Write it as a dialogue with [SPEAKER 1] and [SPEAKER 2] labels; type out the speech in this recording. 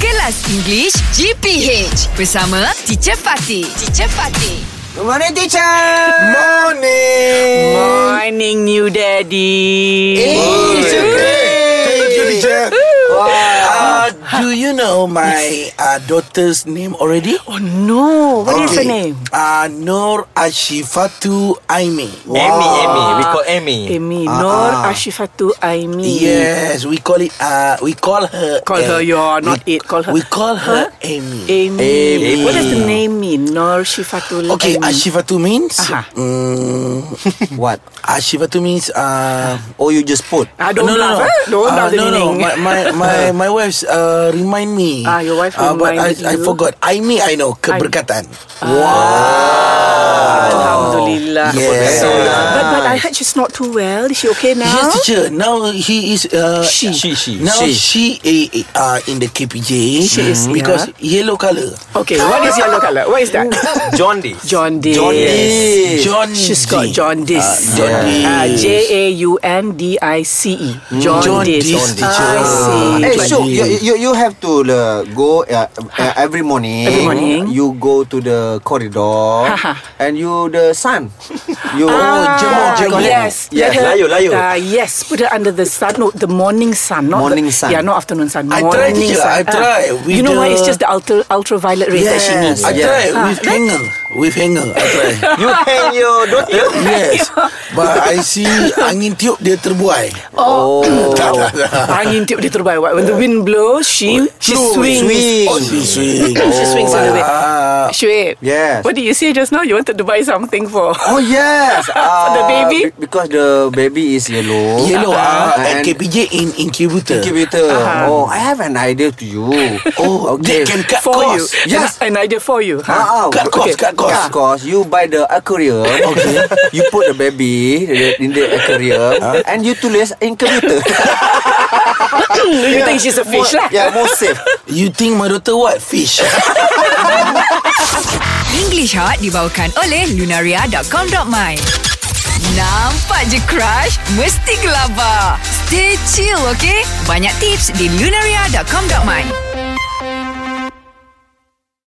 [SPEAKER 1] Kelas English GPH bersama Teacher Fatih. Teacher Fatih.
[SPEAKER 2] Good morning, teacher.
[SPEAKER 3] Morning.
[SPEAKER 2] Morning, new daddy. Hey, it's
[SPEAKER 3] Thank you,
[SPEAKER 2] okay.
[SPEAKER 3] teacher. Uh, do you know my uh, daughter's name already?
[SPEAKER 2] Oh no, what is her name?
[SPEAKER 3] Uh, Nur Ashifatu Aimi.
[SPEAKER 4] Amy, Amy. We call Amy.
[SPEAKER 2] Amy Nor Ashifatu Aimi.
[SPEAKER 3] Yes, we call it. Uh, we call her.
[SPEAKER 2] Call her your, not
[SPEAKER 3] we,
[SPEAKER 2] it, call her-
[SPEAKER 3] We call her
[SPEAKER 2] Huh?
[SPEAKER 3] Amy.
[SPEAKER 2] Amy.
[SPEAKER 4] Amy.
[SPEAKER 2] What does the name mean? Nor Shifatul
[SPEAKER 3] Okay,
[SPEAKER 2] Aimi.
[SPEAKER 3] Ashifatu means.
[SPEAKER 2] Aha.
[SPEAKER 3] Mm, what? Ashifatu means. Uh,
[SPEAKER 4] Oh, you just put.
[SPEAKER 2] ah, don't
[SPEAKER 3] no,
[SPEAKER 2] bluff,
[SPEAKER 3] no, no.
[SPEAKER 2] eh? Don't
[SPEAKER 3] uh,
[SPEAKER 2] bluff the
[SPEAKER 3] no, no.
[SPEAKER 2] meaning.
[SPEAKER 3] My my my, my wife's uh, remind me.
[SPEAKER 2] Ah, your wife
[SPEAKER 3] uh, But I,
[SPEAKER 2] reminded
[SPEAKER 3] I
[SPEAKER 2] you. Ah.
[SPEAKER 3] forgot. I mean, I know keberkatan.
[SPEAKER 2] Alhamdulillah.
[SPEAKER 3] Yes.
[SPEAKER 2] So, but, but I heard she's not too well. Is she okay now?
[SPEAKER 3] Yes, teacher. Now he is. Uh,
[SPEAKER 2] She.
[SPEAKER 4] She, she.
[SPEAKER 3] Now
[SPEAKER 4] She.
[SPEAKER 3] she, eh, eh, uh, in the KPJ.
[SPEAKER 2] She is,
[SPEAKER 3] Mm. because yellow color.
[SPEAKER 2] Okay, what is yellow color? What is that?
[SPEAKER 4] John D.
[SPEAKER 2] Jaundice.
[SPEAKER 4] Jaundice.
[SPEAKER 3] John.
[SPEAKER 2] She's got jaundice. Uh,
[SPEAKER 3] jaundice.
[SPEAKER 2] J A U N D I C E. Jaundice.
[SPEAKER 3] Jaundice.
[SPEAKER 2] I see.
[SPEAKER 5] Hey,
[SPEAKER 3] Like
[SPEAKER 5] so
[SPEAKER 3] the-
[SPEAKER 5] Eh, you, you you have to uh, go uh, uh, every morning.
[SPEAKER 2] Every morning.
[SPEAKER 5] you go to the corridor and you the sun. You oh,
[SPEAKER 3] Ah, jemur, jemur.
[SPEAKER 2] Yes.
[SPEAKER 4] Yes,
[SPEAKER 2] Let her-
[SPEAKER 4] layu, layu.
[SPEAKER 2] Uh, yes, put her under the sun. No, the morning sun. Not
[SPEAKER 5] Morning
[SPEAKER 2] the,
[SPEAKER 5] sun.
[SPEAKER 2] Yeah, not afternoon sun.
[SPEAKER 3] I
[SPEAKER 2] morning
[SPEAKER 3] tried, teacher.
[SPEAKER 2] sun.
[SPEAKER 3] I
[SPEAKER 2] Ah.
[SPEAKER 3] tried
[SPEAKER 2] you
[SPEAKER 3] with
[SPEAKER 2] know why?
[SPEAKER 3] the-
[SPEAKER 2] It's just the ultra, ultraviolet rays that she needs.
[SPEAKER 3] I
[SPEAKER 5] Yeah.
[SPEAKER 3] try
[SPEAKER 2] Ah,
[SPEAKER 3] with hanger. With hanger, I try.
[SPEAKER 4] You hang your daughter.
[SPEAKER 3] yes. But I see angin tiup dia terbuai.
[SPEAKER 2] Oh. Angin tiup dia terbaik. When the wind blows, she she
[SPEAKER 3] Blow,
[SPEAKER 2] swings.
[SPEAKER 3] swing.
[SPEAKER 2] Oh,
[SPEAKER 3] She swing.
[SPEAKER 2] She swings all the way.
[SPEAKER 3] Ah.
[SPEAKER 2] Shuib.
[SPEAKER 5] Yes.
[SPEAKER 2] What did you say just now? You wanted to buy something for.
[SPEAKER 5] Oh yes, Ah,
[SPEAKER 2] For the baby?
[SPEAKER 5] be- because the baby is yellow.
[SPEAKER 3] Yellow ah,
[SPEAKER 5] Uh,
[SPEAKER 3] at
[SPEAKER 5] and
[SPEAKER 3] KPJ in incubator.
[SPEAKER 5] incubator. Oh, I have an idea to you.
[SPEAKER 3] Oh, they can cut
[SPEAKER 2] for you.
[SPEAKER 3] cost.
[SPEAKER 5] Yes.
[SPEAKER 2] An, an idea for you. huh?
[SPEAKER 5] Ah, ah,
[SPEAKER 3] Cut cost, cut cost.
[SPEAKER 5] Cut cost. You buy the aquarium. Okay. you put the baby in the aquarium and you tulis incubator.
[SPEAKER 2] you think she's a fish lah?
[SPEAKER 5] yeah, more safe.
[SPEAKER 3] You think my daughter what? Fish.
[SPEAKER 1] English Hot dibawakan oleh Lunaria.com.my Nampak je crush? Mesti gelabah. Stay chill, okay? Banyak tips di Lunaria.com.my